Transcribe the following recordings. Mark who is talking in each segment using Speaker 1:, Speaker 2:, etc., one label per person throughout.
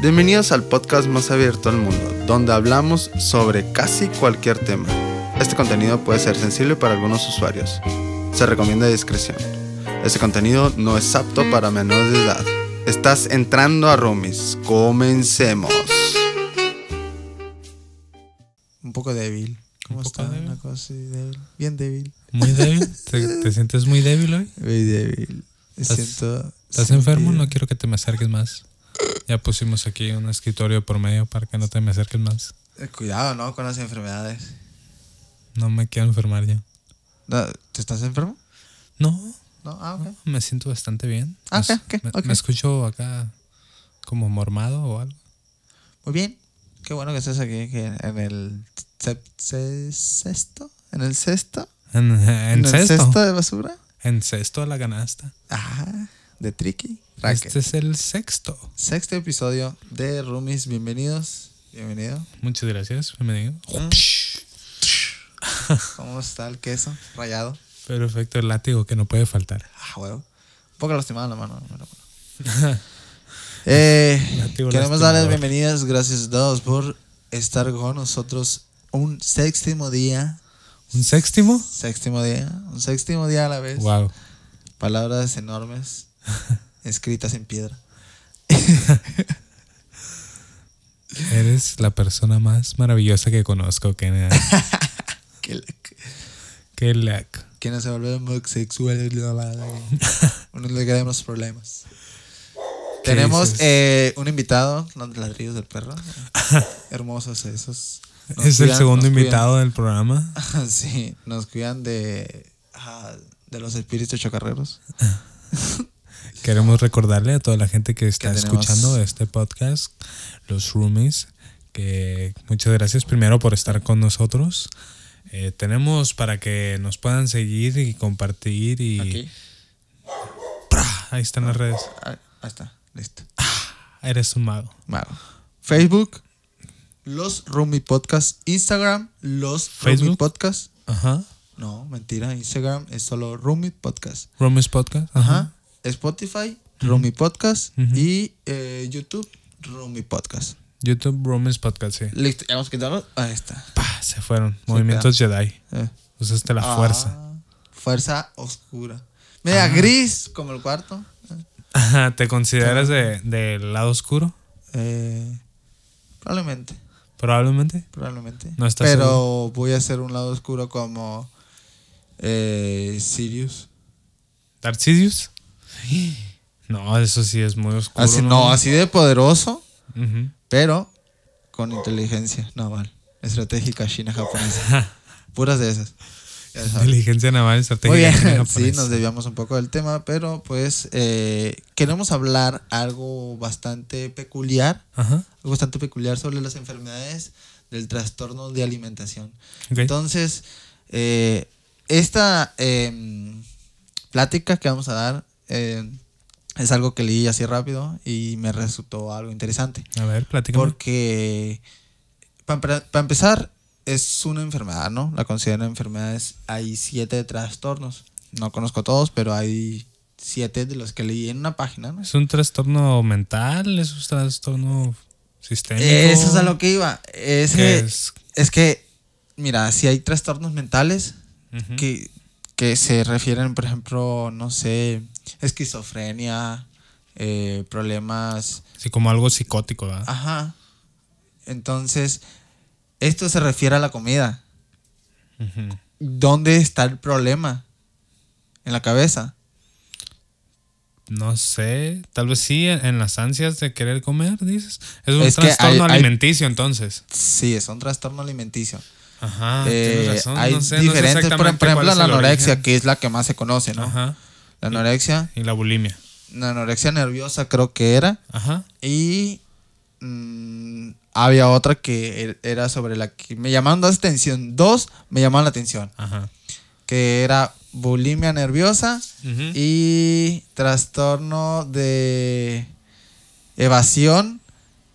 Speaker 1: Bienvenidos al podcast más abierto al mundo, donde hablamos sobre casi cualquier tema. Este contenido puede ser sensible para algunos usuarios. Se recomienda discreción. Este contenido no es apto para menores de edad. Estás entrando a Roomies. Comencemos. Un poco débil. ¿Cómo
Speaker 2: Un poco
Speaker 1: está?
Speaker 2: débil.
Speaker 1: Una cosa así débil. Bien débil.
Speaker 2: ¿Muy débil? ¿Te, te sientes muy débil hoy?
Speaker 1: Muy débil.
Speaker 2: ¿Estás-
Speaker 1: Siento.
Speaker 2: ¿Estás enfermo? No quiero que te me acerques más. Ya pusimos aquí un escritorio por medio para que no te me acerques más.
Speaker 1: Eh, Cuidado, ¿no? Con las enfermedades.
Speaker 2: No me quiero enfermar ya.
Speaker 1: No, ¿Te estás enfermo?
Speaker 2: No,
Speaker 1: No, ah, ok.
Speaker 2: me siento bastante bien.
Speaker 1: Ah,
Speaker 2: Me-
Speaker 1: ok, ok,
Speaker 2: me,
Speaker 1: ok.
Speaker 2: me escucho acá como mormado o algo.
Speaker 1: Muy bien. Qué bueno que estés aquí, que en el sep- se- sexto, en el sexto,
Speaker 2: En, en
Speaker 1: el
Speaker 2: cesto.
Speaker 1: cesto de basura.
Speaker 2: En cesto a la ganasta.
Speaker 1: Ajá, de Tricky. Racket.
Speaker 2: Este es el sexto.
Speaker 1: Sexto episodio de Roomies, bienvenidos. Bienvenido.
Speaker 2: Muchas gracias, bienvenido.
Speaker 1: ¿Mm? ¿Cómo está el queso? Rayado.
Speaker 2: Perfecto, el látigo que no puede faltar.
Speaker 1: Ah, huevo. Un poco lastimado la mano. pero bueno. Eh,
Speaker 2: Nativo
Speaker 1: queremos darles
Speaker 2: lastimador.
Speaker 1: bienvenidas. Gracias a todos por estar con nosotros un séptimo día.
Speaker 2: ¿Un séptimo?
Speaker 1: Séptimo día. Un séptimo día a la vez.
Speaker 2: Wow.
Speaker 1: Palabras enormes escritas en piedra.
Speaker 2: Eres la persona más maravillosa que conozco, Kenia.
Speaker 1: Que la- que-
Speaker 2: Qué lac.
Speaker 1: Que no se vuelve homosexual. bla, bla, bla. No le queremos problemas.
Speaker 2: ¿Qué
Speaker 1: Tenemos
Speaker 2: dices?
Speaker 1: eh, un invitado, los ladrillos del perro. Hermosos esos. Nos
Speaker 2: Es el
Speaker 1: cuidan-
Speaker 2: segundo
Speaker 1: nos cuidan.
Speaker 2: invitado del programa.
Speaker 1: sí, nos cuidan de, ah, de los espíritus chocarreros.
Speaker 2: Queremos recordarle a toda la gente que está
Speaker 1: Que tenemos-
Speaker 2: escuchando este podcast, los roomies, que muchas gracias primero por estar con nosotros. Eh, tenemos para que nos puedan seguir y compartir y ahí están las redes.
Speaker 1: Ah, ahí está, listo.
Speaker 2: Eres un mago.
Speaker 1: Mago. Facebook, los Rumi Podcast. Instagram, los Rumi
Speaker 2: Facebook.
Speaker 1: Podcast.
Speaker 2: Ajá.
Speaker 1: No, mentira. Instagram es solo Rumi Podcast.
Speaker 2: Roomies Podcast.
Speaker 1: Ajá.
Speaker 2: Ajá.
Speaker 1: Spotify, Rumi Podcast.
Speaker 2: Ujú.
Speaker 1: Y eh, YouTube, Rumi Podcast.
Speaker 2: YouTube Roomies Podcast, sí.
Speaker 1: Listo, ya hemos quitado. Ahí está.
Speaker 2: Pa, se fueron. Movimientos Jedi.
Speaker 1: Eh.
Speaker 2: Usaste la
Speaker 1: Ah,
Speaker 2: fuerza.
Speaker 1: Fuerza oscura. Mira, gris como el cuarto.
Speaker 2: Ajá, ¿Te consideras de- del lado oscuro?
Speaker 1: Eh, probablemente,
Speaker 2: Probablemente.
Speaker 1: probablemente.
Speaker 2: No estás
Speaker 1: Pero voy a hacer un lado oscuro como eh, Sirius.
Speaker 2: Darth Sidious. No, eso sí es muy oscuro.
Speaker 1: Así, Ah, no, así de poderoso,
Speaker 2: Ujú.
Speaker 1: pero con inteligencia naval. Estratégica china japonesa. Puras de esas. Ya sabes.
Speaker 2: Inteligencia naval estratégica.
Speaker 1: Muy bien,
Speaker 2: china
Speaker 1: sí,
Speaker 2: japonesa.
Speaker 1: nos desviamos un poco del tema, pero pues eh, queremos hablar algo bastante peculiar,
Speaker 2: Ajá.
Speaker 1: algo bastante peculiar sobre las enfermedades del trastorno de alimentación.
Speaker 2: ok.
Speaker 1: Entonces, eh, esta em, plática que vamos a dar em, es algo que leí así rápido y me resultó algo interesante.
Speaker 2: A ver, platícame.
Speaker 1: Porque, para empezar, es una enfermedad, ¿no? La consideran enfermedades. Hay siete trastornos. No conozco todos, pero hay siete de los que leí en una página, ¿no?
Speaker 2: ¿Es un trastorno mental? ¿Es un trastorno sistémico?
Speaker 1: Eso es a lo que iba.
Speaker 2: ¿Qué
Speaker 1: Ese, es?
Speaker 2: es?
Speaker 1: que, mira, si hay trastornos mentales
Speaker 2: Ujú.
Speaker 1: que, que se refieren, por ejemplo, no sé, esquizofrenia, eh, problemas
Speaker 2: Sí, como algo psicótico, ¿verdad?
Speaker 1: Ajá. Entonces, esto se refiere a la comida.
Speaker 2: Ujú.
Speaker 1: ¿Dónde está el problema? En la cabeza.
Speaker 2: No sé. Tal vez sí, en en las ansias de querer comer, dices. Es un
Speaker 1: Es que hay-
Speaker 2: trastorno
Speaker 1: hay-
Speaker 2: alimenticio, entonces.
Speaker 1: Sí, es un trastorno alimenticio.
Speaker 2: Ajá,
Speaker 1: Eh,
Speaker 2: Ah, tienes razón.
Speaker 1: hay
Speaker 2: no sé, no sé
Speaker 1: diferentes, por- por,
Speaker 2: exactamente cuál
Speaker 1: ejemplo,
Speaker 2: es
Speaker 1: la
Speaker 2: el
Speaker 1: anorexia,
Speaker 2: origen.
Speaker 1: que es la que más se conoce, ¿no?
Speaker 2: Ajá.
Speaker 1: La anorexia,
Speaker 2: Y la bulimia.
Speaker 1: la anorexia nerviosa creo que era.
Speaker 2: Ajá.
Speaker 1: Y mm, había otra que er- era sobre la que me llamaron dos atención. Dos me llamaron la atención.
Speaker 2: Ajá.
Speaker 1: Que era bulimia nerviosa
Speaker 2: Ujú.
Speaker 1: y trastorno de evasión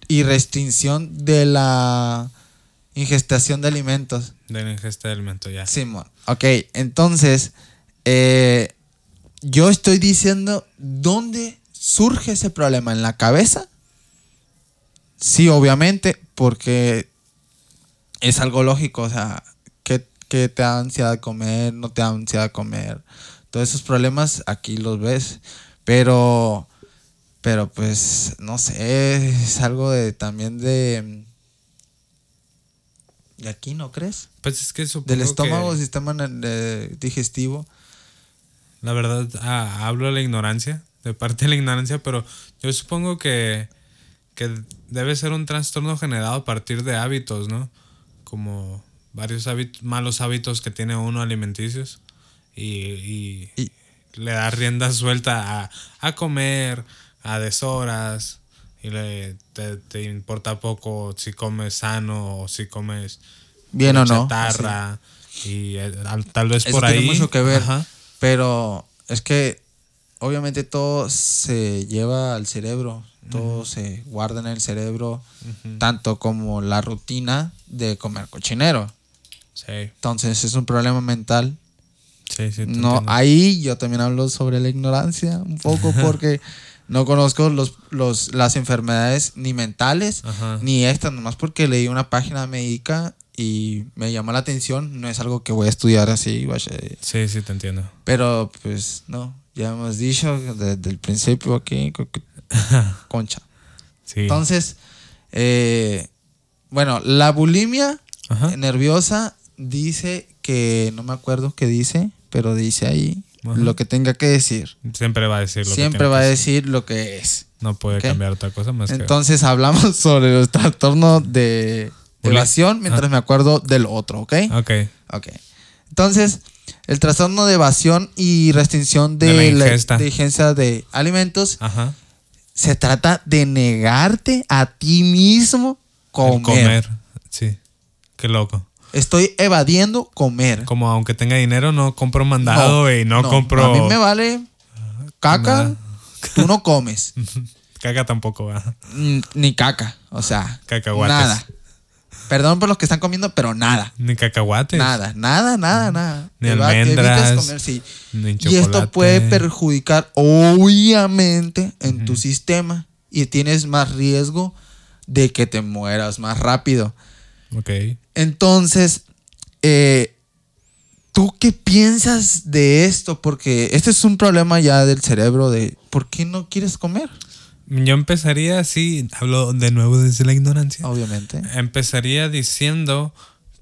Speaker 1: y restricción de la ingestación de alimentos.
Speaker 2: De la ingesta de alimento, ya.
Speaker 1: Simón. Ok, entonces, eh, yo estoy diciendo dónde surge ese problema, en la cabeza Sí, obviamente, porque es algo lógico, o sea, ¿qué, qué te da ansiedad comer? ¿No te da ansiedad comer? Todos esos problemas aquí los ves, pero, pero pues, no sé, es algo de también de... ¿De aquí no crees?
Speaker 2: Pues es que supongo
Speaker 1: Del estómago,
Speaker 2: que-
Speaker 1: sistema na- eh, digestivo.
Speaker 2: La verdad, ah, hablo de la ignorancia, de parte de la ignorancia, pero yo supongo que, que debe ser un trastorno generado a partir de hábitos, ¿no? Como varios hábit- malos hábitos que tiene uno alimenticios y, y
Speaker 1: Y-
Speaker 2: le da rienda suelta a, a comer, a deshoras, y le, te, te importa poco si comes sano o si comes
Speaker 1: Bien o no. así.
Speaker 2: chatarra. Y eh, al- tal vez
Speaker 1: Eso
Speaker 2: por ahí.
Speaker 1: tiene mucho que ver.
Speaker 2: Ajá.
Speaker 1: Pero es que obviamente todo se lleva al cerebro, todo se guarda en el cerebro, tanto como la rutina de comer cochinero.
Speaker 2: Sí.
Speaker 1: Entonces es un problema mental.
Speaker 2: Sí, sí, te
Speaker 1: No,
Speaker 2: entiendo.
Speaker 1: ahí yo también hablo sobre la ignorancia un poco porque no conozco los, los, las enfermedades ni mentales
Speaker 2: Ajá.
Speaker 1: ni estas, nomás porque leí una página médica y me llamó la atención, no es algo que voy a estudiar así, vaya,
Speaker 2: Sí, sí, te entiendo.
Speaker 1: Pero pues no, ya hemos dicho desde el principio aquí, co- co- concha.
Speaker 2: Sí.
Speaker 1: Entonces, eh, bueno, la bulimia
Speaker 2: Ajá.
Speaker 1: Eh, nerviosa dice que, no me acuerdo qué dice, pero dice ahí
Speaker 2: Ajá.
Speaker 1: lo que tenga que decir.
Speaker 2: Siempre va a decir lo que
Speaker 1: Siempre
Speaker 2: tiene
Speaker 1: va a
Speaker 2: que
Speaker 1: decir lo que es.
Speaker 2: No puede
Speaker 1: Ok.
Speaker 2: cambiar otra cosa más
Speaker 1: Entonces hablamos sobre los trastornos de
Speaker 2: Bulim-
Speaker 1: evasión mientras me acuerdo del otro, ¿ok?
Speaker 2: que. Ok.
Speaker 1: Ok. Entonces, el trastorno de evasión y restricción de,
Speaker 2: De la
Speaker 1: la
Speaker 2: ingesta. Ah.
Speaker 1: de ingesta de alimentos
Speaker 2: Ajá.
Speaker 1: se trata de negarte a ti mismo
Speaker 2: El
Speaker 1: comer.
Speaker 2: comer. Sí. Qué loco.
Speaker 1: Estoy evadiendo comer.
Speaker 2: Como aunque tenga dinero, no compro mandado y no, compro.
Speaker 1: A mí me vale caca,
Speaker 2: Nada.
Speaker 1: tú no comes.
Speaker 2: Caca tampoco va.
Speaker 1: Mm, Ni caca, o sea,
Speaker 2: Cacahuates.
Speaker 1: nada. Perdón por los que están comiendo, pero nada.
Speaker 2: Ni cacahuates.
Speaker 1: Nada, nada, nada, nada.
Speaker 2: Ni
Speaker 1: Eva-
Speaker 2: almendras,
Speaker 1: Evitas comer, sí.
Speaker 2: Ni chocolate.
Speaker 1: Y esto puede perjudicar obviamente en tu sistema y tienes más riesgo de que te mueras más rápido.
Speaker 2: Ok.
Speaker 1: Entonces, eh, ¿tú qué piensas de esto? Porque este es un problema ya del cerebro de ¿por qué no quieres comer?
Speaker 2: Yo empezaría así. Hablo de nuevo desde la ignorancia.
Speaker 1: Obviamente.
Speaker 2: Empezaría diciendo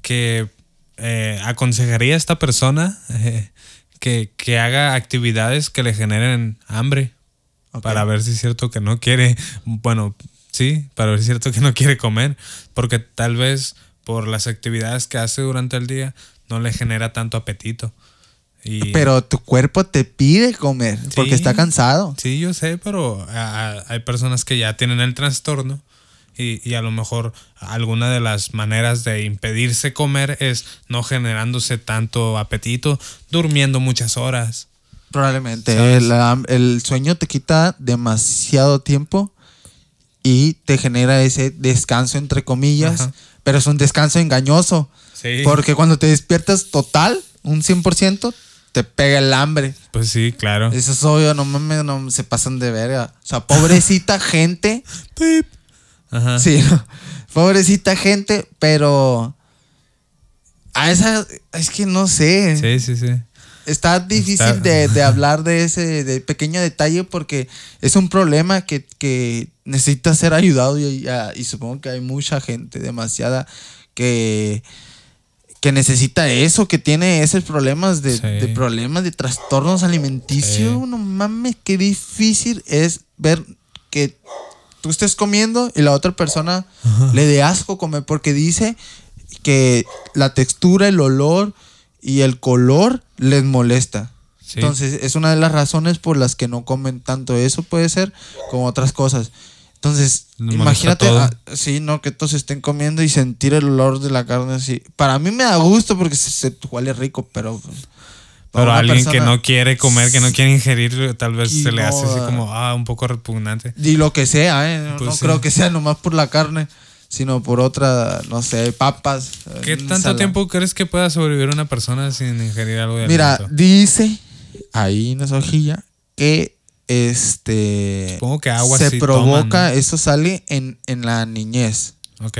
Speaker 2: que eh, aconsejaría a esta persona eh, que, que haga actividades que le generen hambre.
Speaker 1: Ok.
Speaker 2: Para ver si es cierto que no quiere. Bueno, sí, para ver si es cierto que no quiere comer. Porque tal vez por las actividades que hace durante el día no le genera tanto apetito. Y,
Speaker 1: Pero tu cuerpo te pide comer porque
Speaker 2: Sí.
Speaker 1: está cansado.
Speaker 2: Sí, yo sé, pero a- a- hay personas que ya tienen el trastorno y, y a lo mejor alguna de las maneras de impedirse comer es no generándose tanto apetito, durmiendo muchas horas.
Speaker 1: Probablemente.
Speaker 2: ¿Sabes?
Speaker 1: El, ham- el sueño te quita demasiado tiempo y te genera ese descanso, entre comillas,
Speaker 2: Ajá.
Speaker 1: pero es un descanso engañoso.
Speaker 2: Sí.
Speaker 1: Porque cuando te despiertas total, un 100%, te pega el hambre.
Speaker 2: Pues sí, claro.
Speaker 1: Eso es obvio, no mames, no se pasan de verga. O sea, pobrecita gente.
Speaker 2: Pip. Ajá.
Speaker 1: Sí, no. pobrecita gente, pero. A esa. Es que no sé.
Speaker 2: Sí, sí, sí.
Speaker 1: Está difícil
Speaker 2: Está-
Speaker 1: De, de hablar de ese de pequeño detalle porque es un problema que, que necesita ser ayudado y, y- y supongo que hay mucha gente, demasiada, que, que necesita eso, que tiene esos problemas de,
Speaker 2: Sí.
Speaker 1: de problemas de trastornos alimenticios.
Speaker 2: Sí.
Speaker 1: No mames, qué difícil es ver que tú estés comiendo y la otra persona le dé asco comer porque dice que la textura, el olor y el color les molesta.
Speaker 2: Sí.
Speaker 1: Entonces es una de las razones por las que no comen tanto eso puede ser como otras cosas. Entonces
Speaker 2: Les molesta
Speaker 1: imagínate,
Speaker 2: todo.
Speaker 1: ah, sí, no que todos estén comiendo y sentir el olor de la carne así. Para mí me da gusto porque se, se huele rico, pero pues, para
Speaker 2: Pero
Speaker 1: una
Speaker 2: alguien que
Speaker 1: persona-
Speaker 2: no quiere comer, que no quiere ingerir, tal vez
Speaker 1: Y
Speaker 2: se le hace así
Speaker 1: no,
Speaker 2: como, ah, un poco repugnante.
Speaker 1: Y lo que sea, ¿eh? No,
Speaker 2: Pues
Speaker 1: no
Speaker 2: sí.
Speaker 1: creo que sea nomás por la carne, sino por otra, no sé, papas.
Speaker 2: ¿Qué
Speaker 1: eh,
Speaker 2: tanto
Speaker 1: ensalada.
Speaker 2: tiempo crees que pueda sobrevivir una persona sin ingerir algo de
Speaker 1: Mira,
Speaker 2: alimento?
Speaker 1: dice ahí en esa hojilla que este
Speaker 2: Supongo que agua
Speaker 1: se
Speaker 2: sí
Speaker 1: provoca,
Speaker 2: toman,
Speaker 1: eso sale en, en la niñez
Speaker 2: Ok.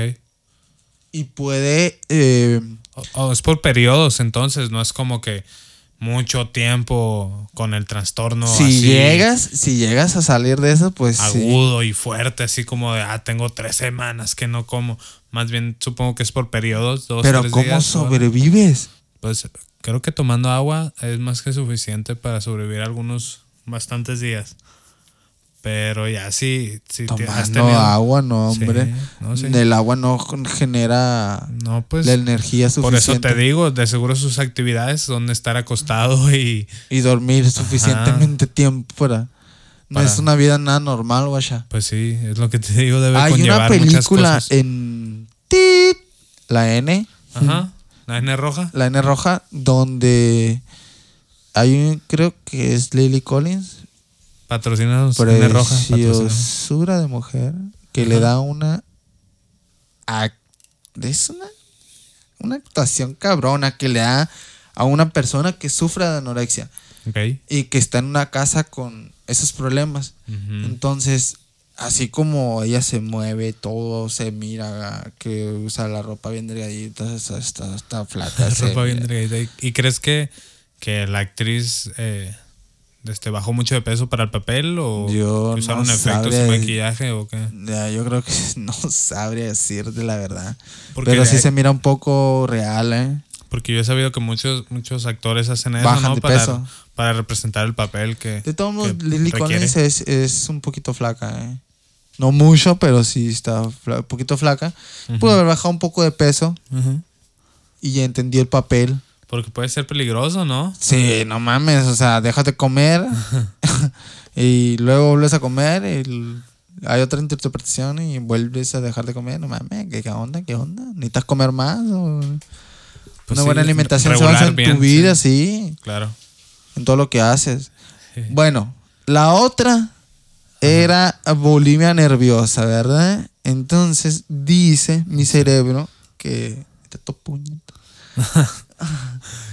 Speaker 1: y puede eh,
Speaker 2: O, o es por periodos, entonces no es como que mucho tiempo con el trastorno.
Speaker 1: si
Speaker 2: así
Speaker 1: llegas, si llegas a salir de eso, pues sí.
Speaker 2: Agudo y fuerte, así como de, ah, tengo tres semanas que no como. Más bien supongo que es por periodos, dos,
Speaker 1: Pero
Speaker 2: tres
Speaker 1: ¿cómo
Speaker 2: días, ¿no?
Speaker 1: sobrevives?
Speaker 2: Pues creo que tomando agua es más que suficiente para sobrevivir algunos bastantes días. Pero ya sí, si te- has
Speaker 1: Tomando
Speaker 2: tenido-
Speaker 1: agua, no,
Speaker 2: Sí,
Speaker 1: hombre.
Speaker 2: no, sí.
Speaker 1: El agua no genera
Speaker 2: No, pues
Speaker 1: la energía
Speaker 2: por eso
Speaker 1: suficiente
Speaker 2: te digo, de seguro sus actividades son estar acostado y
Speaker 1: y dormir suficientemente tiempo para no
Speaker 2: Para-
Speaker 1: es una vida nada normal, guacha.
Speaker 2: pues sí, es lo que te digo, debe
Speaker 1: Hay una
Speaker 2: conllevar muchas
Speaker 1: película
Speaker 2: cosas.
Speaker 1: en tip, la N,
Speaker 2: Ajá, la N roja.
Speaker 1: la N roja donde hay un creo que es Lily Collins
Speaker 2: Patrocinados, Pues, N roja. patrocínanos.
Speaker 1: preciosura de mujer que le
Speaker 2: Ajá.
Speaker 1: da una ac- es una una actuación cabrona que le da a una persona que sufre de anorexia
Speaker 2: Ok.
Speaker 1: y que está en una casa con esos problemas.
Speaker 2: Ujú.
Speaker 1: Entonces, así como ella se mueve, todo se mira, que usa la ropa bien delgadita, está, está, está flaca. se
Speaker 2: Ropa bien
Speaker 1: mira.
Speaker 2: delgadita. ¿Y- ¿Y crees que, que la actriz eh, este, bajó mucho de peso para el papel? ¿O
Speaker 1: Yo
Speaker 2: que usaron
Speaker 1: no
Speaker 2: efectos de
Speaker 1: sabría-
Speaker 2: maquillaje o qué?
Speaker 1: Ya, yo creo que no sabría decirte la verdad.
Speaker 2: Porque
Speaker 1: Pero
Speaker 2: de
Speaker 1: sí
Speaker 2: ahí-
Speaker 1: se mira un poco real, ¿eh?
Speaker 2: Porque yo he sabido que muchos, muchos actores hacen eso,
Speaker 1: Bajan
Speaker 2: ¿no?
Speaker 1: de
Speaker 2: para,
Speaker 1: peso.
Speaker 2: para representar el papel que.
Speaker 1: De todos modos,
Speaker 2: Eh, que
Speaker 1: Lily
Speaker 2: requiere.
Speaker 1: Collins es, es un poquito flaca, ¿eh? No mucho, pero sí está fla- un poquito flaca. Pudo haber bajado un poco de peso
Speaker 2: Ujú.
Speaker 1: y ya entendió el papel.
Speaker 2: Porque puede ser peligroso, ¿no?
Speaker 1: Sí, no mames, o sea, déjate comer y luego vuelves a comer y l- hay otra interpretación y vuelves a dejar de comer, no mames, ¿qué, qué onda? ¿Qué onda? ¿Necesitas comer más? o
Speaker 2: Pues
Speaker 1: una
Speaker 2: sí,
Speaker 1: buena alimentación se
Speaker 2: regular
Speaker 1: basa en
Speaker 2: bien,
Speaker 1: tu vida, sí,
Speaker 2: Claro.
Speaker 1: en todo lo que haces.
Speaker 2: Sí.
Speaker 1: Bueno, la otra era bulimia nerviosa, ¿verdad? Entonces dice mi cerebro que... Te to- puñeta.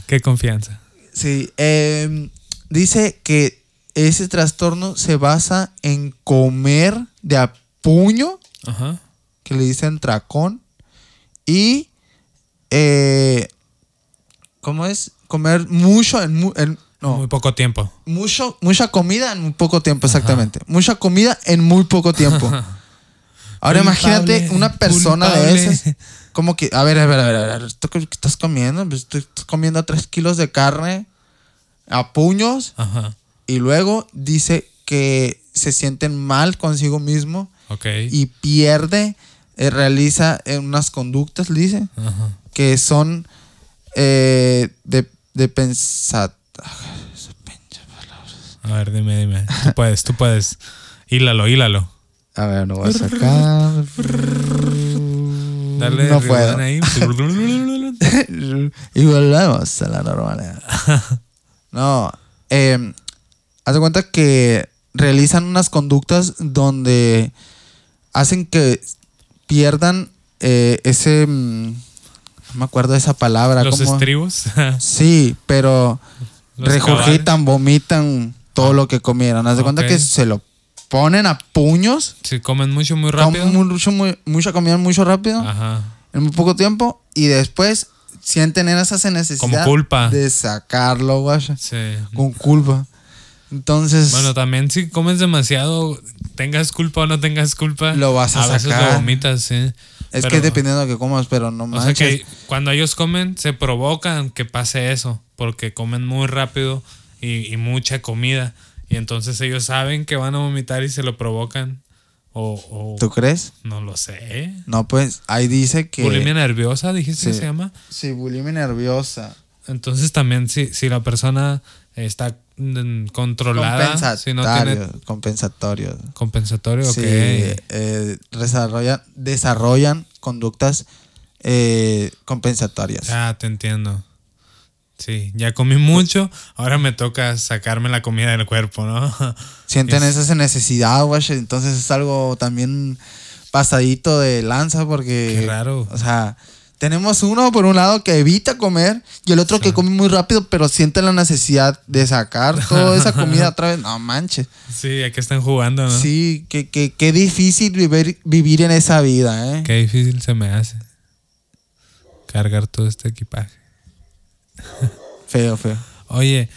Speaker 2: Qué confianza.
Speaker 1: Sí, em, dice que ese trastorno se basa en comer de a puño,
Speaker 2: Ajá.
Speaker 1: que le dicen tracón, y eh, ¿cómo es? Comer mucho en, mu- en-
Speaker 2: Muy
Speaker 1: no,
Speaker 2: poco tiempo.
Speaker 1: mucho, mucha comida en muy poco tiempo, exactamente. Mucha comida en muy poco tiempo. Ahora
Speaker 2: Culpable,
Speaker 1: imagínate una persona
Speaker 2: culpable.
Speaker 1: de esas. Como que, a ver, a ver, a ver, a ver, ¿tú qué estás comiendo? Pues, tú estás comiendo tres kilos de carne a puños
Speaker 2: Ajá.
Speaker 1: y luego dice que se sienten mal consigo mismo
Speaker 2: Ok.
Speaker 1: y pierde, eh, realiza eh, unas conductas, dice,
Speaker 2: Ajá.
Speaker 1: que son eh, de, de pensar.
Speaker 2: A ver, dime, dime. Tú puedes, tú puedes. Hílalo, hílalo.
Speaker 1: A ver, no voy a sacar.
Speaker 2: Dale
Speaker 1: no
Speaker 2: ribbon
Speaker 1: puedo.
Speaker 2: ahí.
Speaker 1: y volvemos a la normalidad. No, eh, haz de cuenta que realizan unas conductas donde hacen que pierdan eh, ese. mm, No me acuerdo de esa palabra.
Speaker 2: Los
Speaker 1: ¿cómo?
Speaker 2: estribos.
Speaker 1: Sí, pero
Speaker 2: Los
Speaker 1: regurgitan, vomitan todo lo que comieron. Haz de cuenta
Speaker 2: Ok.
Speaker 1: que se lo ponen a puños.
Speaker 2: Si comen mucho, muy rápido.
Speaker 1: Comen mucho, muy- mucha comida mucho rápido
Speaker 2: Ajá.
Speaker 1: en muy poco tiempo y después sienten en esa necesidad
Speaker 2: Como culpa.
Speaker 1: de sacarlo, guacha,
Speaker 2: Sí.
Speaker 1: con culpa. Entonces,
Speaker 2: Bueno, también si comes demasiado, tengas culpa o no tengas culpa,
Speaker 1: Lo vas a
Speaker 2: veces
Speaker 1: sacar.
Speaker 2: lo vomitas, sí.
Speaker 1: es
Speaker 2: Pero,
Speaker 1: que dependiendo de lo que comas, pero no
Speaker 2: O sea
Speaker 1: manches.
Speaker 2: que cuando ellos comen, se provocan que pase eso, porque comen muy rápido y, y mucha comida. Y entonces ellos saben que van a vomitar y se lo provocan. O, o-
Speaker 1: ¿Tú crees?
Speaker 2: no lo sé.
Speaker 1: No, pues ahí dice que
Speaker 2: Bulimia nerviosa, dijiste que
Speaker 1: Sí.
Speaker 2: se llama.
Speaker 1: Sí, bulimia nerviosa.
Speaker 2: Entonces también si, si la persona está mm, controlada, si no tiene
Speaker 1: Compensatorio, compensatorio.
Speaker 2: compensatorio, ok.
Speaker 1: Sí, eh, desarrollan, desarrollan conductas eh, compensatorias.
Speaker 2: Ah, te entiendo. Sí, ya comí mucho, ahora me toca sacarme la comida del cuerpo, ¿no?
Speaker 1: Sienten esa necesidad, güey. Entonces es algo también pasadito de lanza porque...
Speaker 2: Qué raro.
Speaker 1: O sea, Tenemos uno, por un lado, que evita comer y el otro que come muy rápido, pero siente la necesidad de sacar toda esa comida otra vez. No manches.
Speaker 2: Sí, aquí están jugando, ¿no?
Speaker 1: Sí, qué que, qué difícil vivir, vivir en esa vida, ¿eh?
Speaker 2: Qué difícil se me hace cargar todo este equipaje.
Speaker 1: Feo, feo.
Speaker 2: Oye,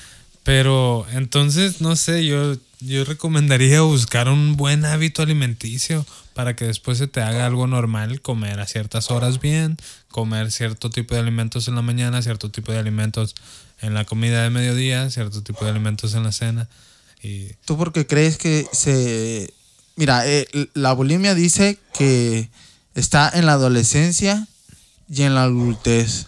Speaker 2: pero entonces, no sé, yo, yo recomendaría buscar un buen hábito alimenticio para que después se te haga algo normal, comer a ciertas horas bien, comer cierto tipo de alimentos en la mañana, cierto tipo de alimentos en la comida de mediodía, cierto tipo de alimentos en la cena. Y
Speaker 1: ¿Tú por qué crees que se... Mira, eh, la bulimia dice que está en la adolescencia y en la adultez.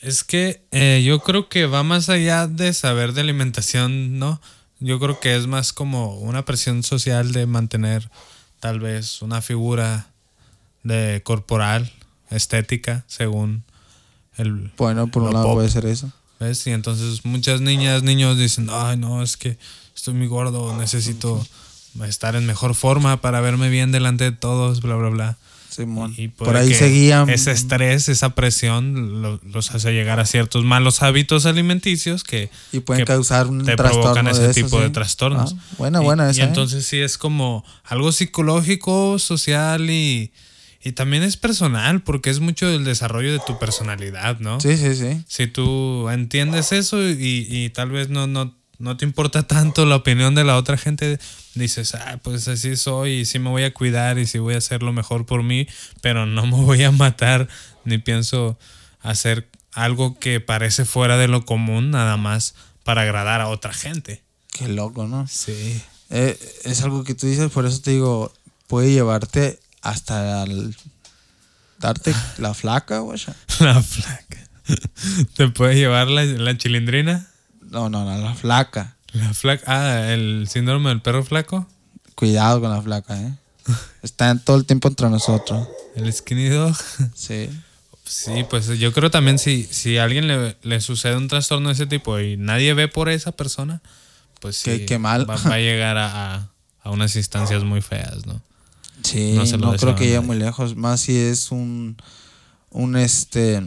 Speaker 2: es que eh, yo creo que va más allá de saber de alimentación, ¿no? Yo creo que es más como una presión social de mantener tal vez una figura de corporal, estética, según el,
Speaker 1: Bueno, por un
Speaker 2: Lo
Speaker 1: lado
Speaker 2: pop.
Speaker 1: puede ser eso.
Speaker 2: ¿Ves? Y entonces muchas niñas, niños dicen, ay, no, es que estoy muy gordo, necesito estar en mejor forma para verme bien delante de todos, bla, bla, bla.
Speaker 1: Simón.
Speaker 2: Y puede
Speaker 1: por ahí mm.
Speaker 2: que
Speaker 1: seguían.
Speaker 2: Ese estrés, esa presión lo- los hace llegar a ciertos malos hábitos alimenticios que
Speaker 1: y pueden
Speaker 2: que
Speaker 1: causar un
Speaker 2: te
Speaker 1: trastorno
Speaker 2: provocan ese
Speaker 1: de eso,
Speaker 2: tipo de
Speaker 1: sí.
Speaker 2: trastornos.
Speaker 1: Ah, buena,
Speaker 2: Y-
Speaker 1: buena
Speaker 2: y,
Speaker 1: esa. ¿eh?
Speaker 2: entonces sí es como algo psicológico, social y, y también es personal porque es mucho del desarrollo de tu personalidad, ¿no?
Speaker 1: Sí, sí, sí.
Speaker 2: si tú entiendes eso y, y tal vez no, no, no te importa tanto la opinión de la otra gente, dices, ah, pues así soy y sí me voy a cuidar y sí voy a hacer lo mejor por mí, pero no me voy a matar ni pienso hacer algo que parece fuera de lo común nada más para agradar a otra gente.
Speaker 1: Qué loco, ¿no?
Speaker 2: Sí.
Speaker 1: Eh, es algo que tú dices, por eso te digo, puede llevarte hasta al- darte la flaca, güey.
Speaker 2: La flaca. ¿Te puede llevar la, la chilindrina?
Speaker 1: No, no, no, la flaca.
Speaker 2: La flaca. Ah, el síndrome del perro flaco.
Speaker 1: Cuidado con la flaca, ¿eh? Está todo el tiempo entre nosotros.
Speaker 2: El skinny dog.
Speaker 1: Sí.
Speaker 2: Sí, pues yo creo también si, si a alguien le, le sucede un trastorno de ese tipo y nadie ve por esa persona, pues sí,
Speaker 1: Qué- qué mal.
Speaker 2: Va, va a llegar a, a- a unas instancias muy feas, ¿no?
Speaker 1: Sí,
Speaker 2: No
Speaker 1: no,
Speaker 2: se lo deseo
Speaker 1: creo
Speaker 2: a
Speaker 1: que llegue
Speaker 2: nadie.
Speaker 1: muy lejos. Más si es un. Un este.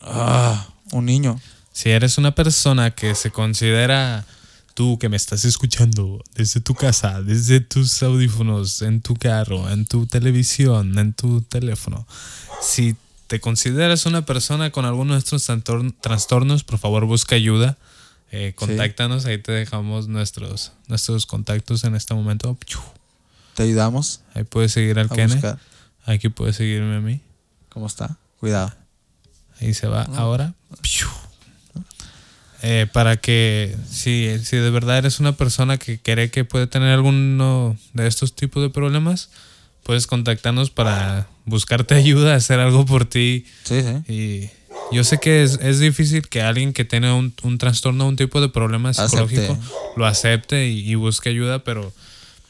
Speaker 1: ah, un niño.
Speaker 2: Si eres una persona que se considera tú que me estás escuchando desde tu casa, desde tus audífonos, en tu carro, en tu televisión, en tu teléfono, si te consideras una persona con alguno de estos trastorn- trastornos, por favor busca ayuda. Eh, contáctanos, ahí te dejamos nuestros, nuestros contactos en este momento. Piu.
Speaker 1: Te ayudamos
Speaker 2: Ahí puedes seguir al
Speaker 1: a
Speaker 2: Kene.
Speaker 1: buscar.
Speaker 2: Aquí puedes seguirme a mí.
Speaker 1: ¿Cómo está? Cuidado.
Speaker 2: Ahí se
Speaker 1: Ah.
Speaker 2: va ahora. Piu. Eh, para que si, si de verdad eres una persona que cree que puede tener alguno de estos tipos de problemas, puedes contactarnos para buscarte ayuda, hacer algo por ti.
Speaker 1: Sí, sí.
Speaker 2: Y yo sé que es, es difícil que alguien que tiene un, un trastorno, un tipo de problema
Speaker 1: Acepte.
Speaker 2: psicológico, lo acepte y, y busque ayuda, pero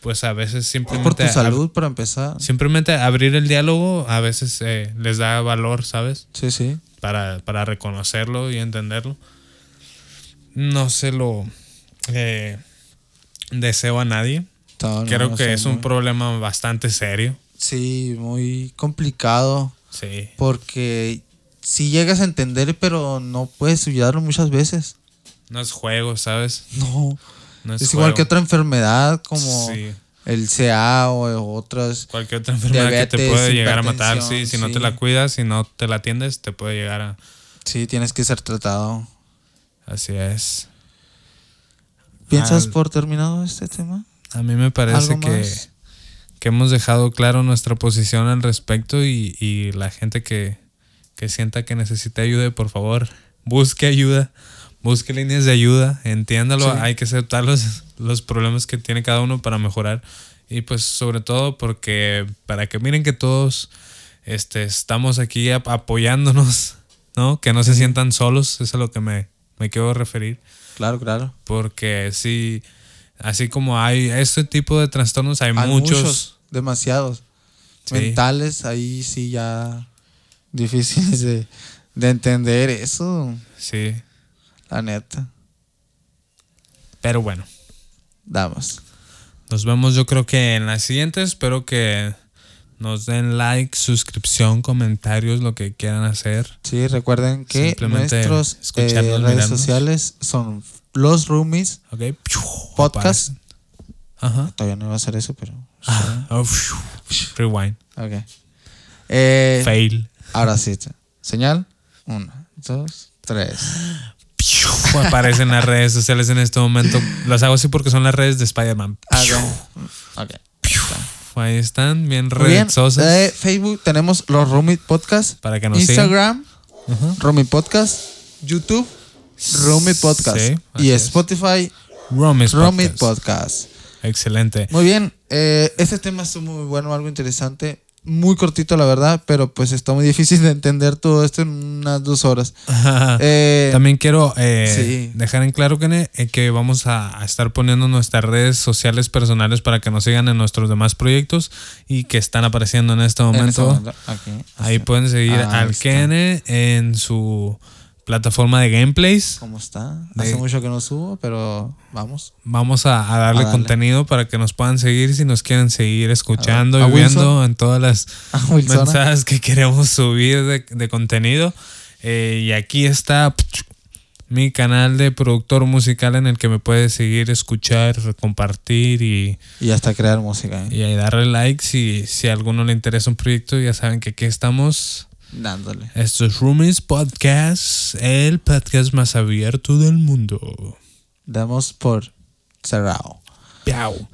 Speaker 2: pues a veces
Speaker 1: Es por
Speaker 2: simplemente...
Speaker 1: tu
Speaker 2: ab-
Speaker 1: salud, para empezar.
Speaker 2: Simplemente abrir el diálogo a veces eh, les da valor, ¿sabes?
Speaker 1: Sí, sí.
Speaker 2: para, para reconocerlo y entenderlo. No se lo eh, deseo a nadie.
Speaker 1: No, no,
Speaker 2: Creo
Speaker 1: no
Speaker 2: que
Speaker 1: sé,
Speaker 2: es un
Speaker 1: muy-
Speaker 2: problema bastante serio.
Speaker 1: Sí, muy complicado.
Speaker 2: Sí.
Speaker 1: Porque si llegas a entender, pero no puedes ayudarlo muchas veces.
Speaker 2: No es juego, ¿sabes?
Speaker 1: No.
Speaker 2: No
Speaker 1: Es,
Speaker 2: es,
Speaker 1: igual
Speaker 2: juego.
Speaker 1: que otra enfermedad como
Speaker 2: Sí.
Speaker 1: el CA o otras.
Speaker 2: Cualquier otra enfermedad que te
Speaker 1: Diabetes,
Speaker 2: puede llegar a matar. Sí,
Speaker 1: hipertensión,
Speaker 2: si no te
Speaker 1: sí.
Speaker 2: la cuidas, si no te la atiendes, te puede llegar a...
Speaker 1: Sí, tienes que ser tratado.
Speaker 2: Así es.
Speaker 1: ¿Piensas
Speaker 2: Al-
Speaker 1: por terminado este tema?
Speaker 2: A mí me parece
Speaker 1: ¿Algo
Speaker 2: que,
Speaker 1: más?
Speaker 2: que hemos dejado claro nuestra posición al respecto y, y la gente que, que sienta que necesita ayuda, por favor, busque ayuda, busque líneas de ayuda, entiéndalo,
Speaker 1: Sí.
Speaker 2: hay que aceptar los, los problemas que tiene cada uno para mejorar y pues sobre todo porque para que miren que todos este, estamos aquí ap- apoyándonos, ¿no? Que no se sientan solos, eso es a lo que me, me quiero referir
Speaker 1: Claro, claro.
Speaker 2: porque sí, así como hay este tipo de trastornos, hay, muchos.
Speaker 1: demasiados.
Speaker 2: Sí.
Speaker 1: Mentales, ahí sí ya difíciles de, de entender eso,
Speaker 2: Sí,
Speaker 1: la neta.
Speaker 2: pero bueno,
Speaker 1: Damas.
Speaker 2: nos vemos yo creo que en la siguiente. Espero que Nos den like, suscripción, comentarios, lo que quieran hacer.
Speaker 1: Sí, recuerden que
Speaker 2: Simplemente
Speaker 1: nuestros eh,
Speaker 2: escucharnos,
Speaker 1: redes
Speaker 2: mirarnos.
Speaker 1: sociales son Los Roomies
Speaker 2: Ok.
Speaker 1: Podcast.
Speaker 2: Ajá.
Speaker 1: Todavía no iba a hacer eso, pero.
Speaker 2: Ah, oh, pshu, Rewind.
Speaker 1: Ok. Eh,
Speaker 2: Fail.
Speaker 1: ahora sí. Señal. Una, dos, tres.
Speaker 2: Pshu, Aparecen las redes sociales en este momento. Las hago así porque son las redes de Spider-Man.
Speaker 1: Ah,
Speaker 2: Pshu,
Speaker 1: Ok.
Speaker 2: pshu, Ahí están, bien
Speaker 1: Muy Bien,
Speaker 2: redexosas.
Speaker 1: eh, Facebook tenemos los Roomies Podcast.
Speaker 2: Para que nos
Speaker 1: Instagram, Roomie Podcast. YouTube, Roomie Podcast.
Speaker 2: Sí, así
Speaker 1: y
Speaker 2: es.
Speaker 1: Spotify,
Speaker 2: Romis
Speaker 1: Roomie
Speaker 2: Podcast.
Speaker 1: Podcast.
Speaker 2: Excelente.
Speaker 1: Muy bien, eh, este tema estuvo muy bueno, algo interesante, muy cortito la verdad, pero pues está muy difícil de entender todo esto en unas dos horas. Eh,
Speaker 2: También quiero eh,
Speaker 1: sí.
Speaker 2: dejar en claro que, ne- eh, que vamos a, a estar poniendo nuestras redes sociales personales para que nos sigan en nuestros demás proyectos y que están apareciendo en este
Speaker 1: en
Speaker 2: momento.
Speaker 1: este momento, aquí,
Speaker 2: Ahí pueden seguir
Speaker 1: Ah, ahí
Speaker 2: al
Speaker 1: está.
Speaker 2: Kene en su plataforma de gameplays.
Speaker 1: ¿Cómo está?
Speaker 2: De-
Speaker 1: Hace mucho que no subo, pero vamos.
Speaker 2: Vamos a, a darle
Speaker 1: A darle.
Speaker 2: contenido para que nos puedan seguir si nos quieren seguir escuchando
Speaker 1: a
Speaker 2: y
Speaker 1: Wilson.
Speaker 2: viendo en todas las
Speaker 1: A Wilsona.
Speaker 2: mensajes que queremos subir de, de contenido. Eh, y aquí está mi canal de productor musical en el que me puedes seguir, escuchar, compartir y,
Speaker 1: Y hasta crear música. ¿eh?
Speaker 2: y ahí darle like si, si a alguno le interesa un proyecto. Ya saben que aquí estamos.
Speaker 1: Dándole.
Speaker 2: Esto es Roomies Podcast, el podcast más abierto del mundo.
Speaker 1: Damos por cerrado.
Speaker 2: Piau.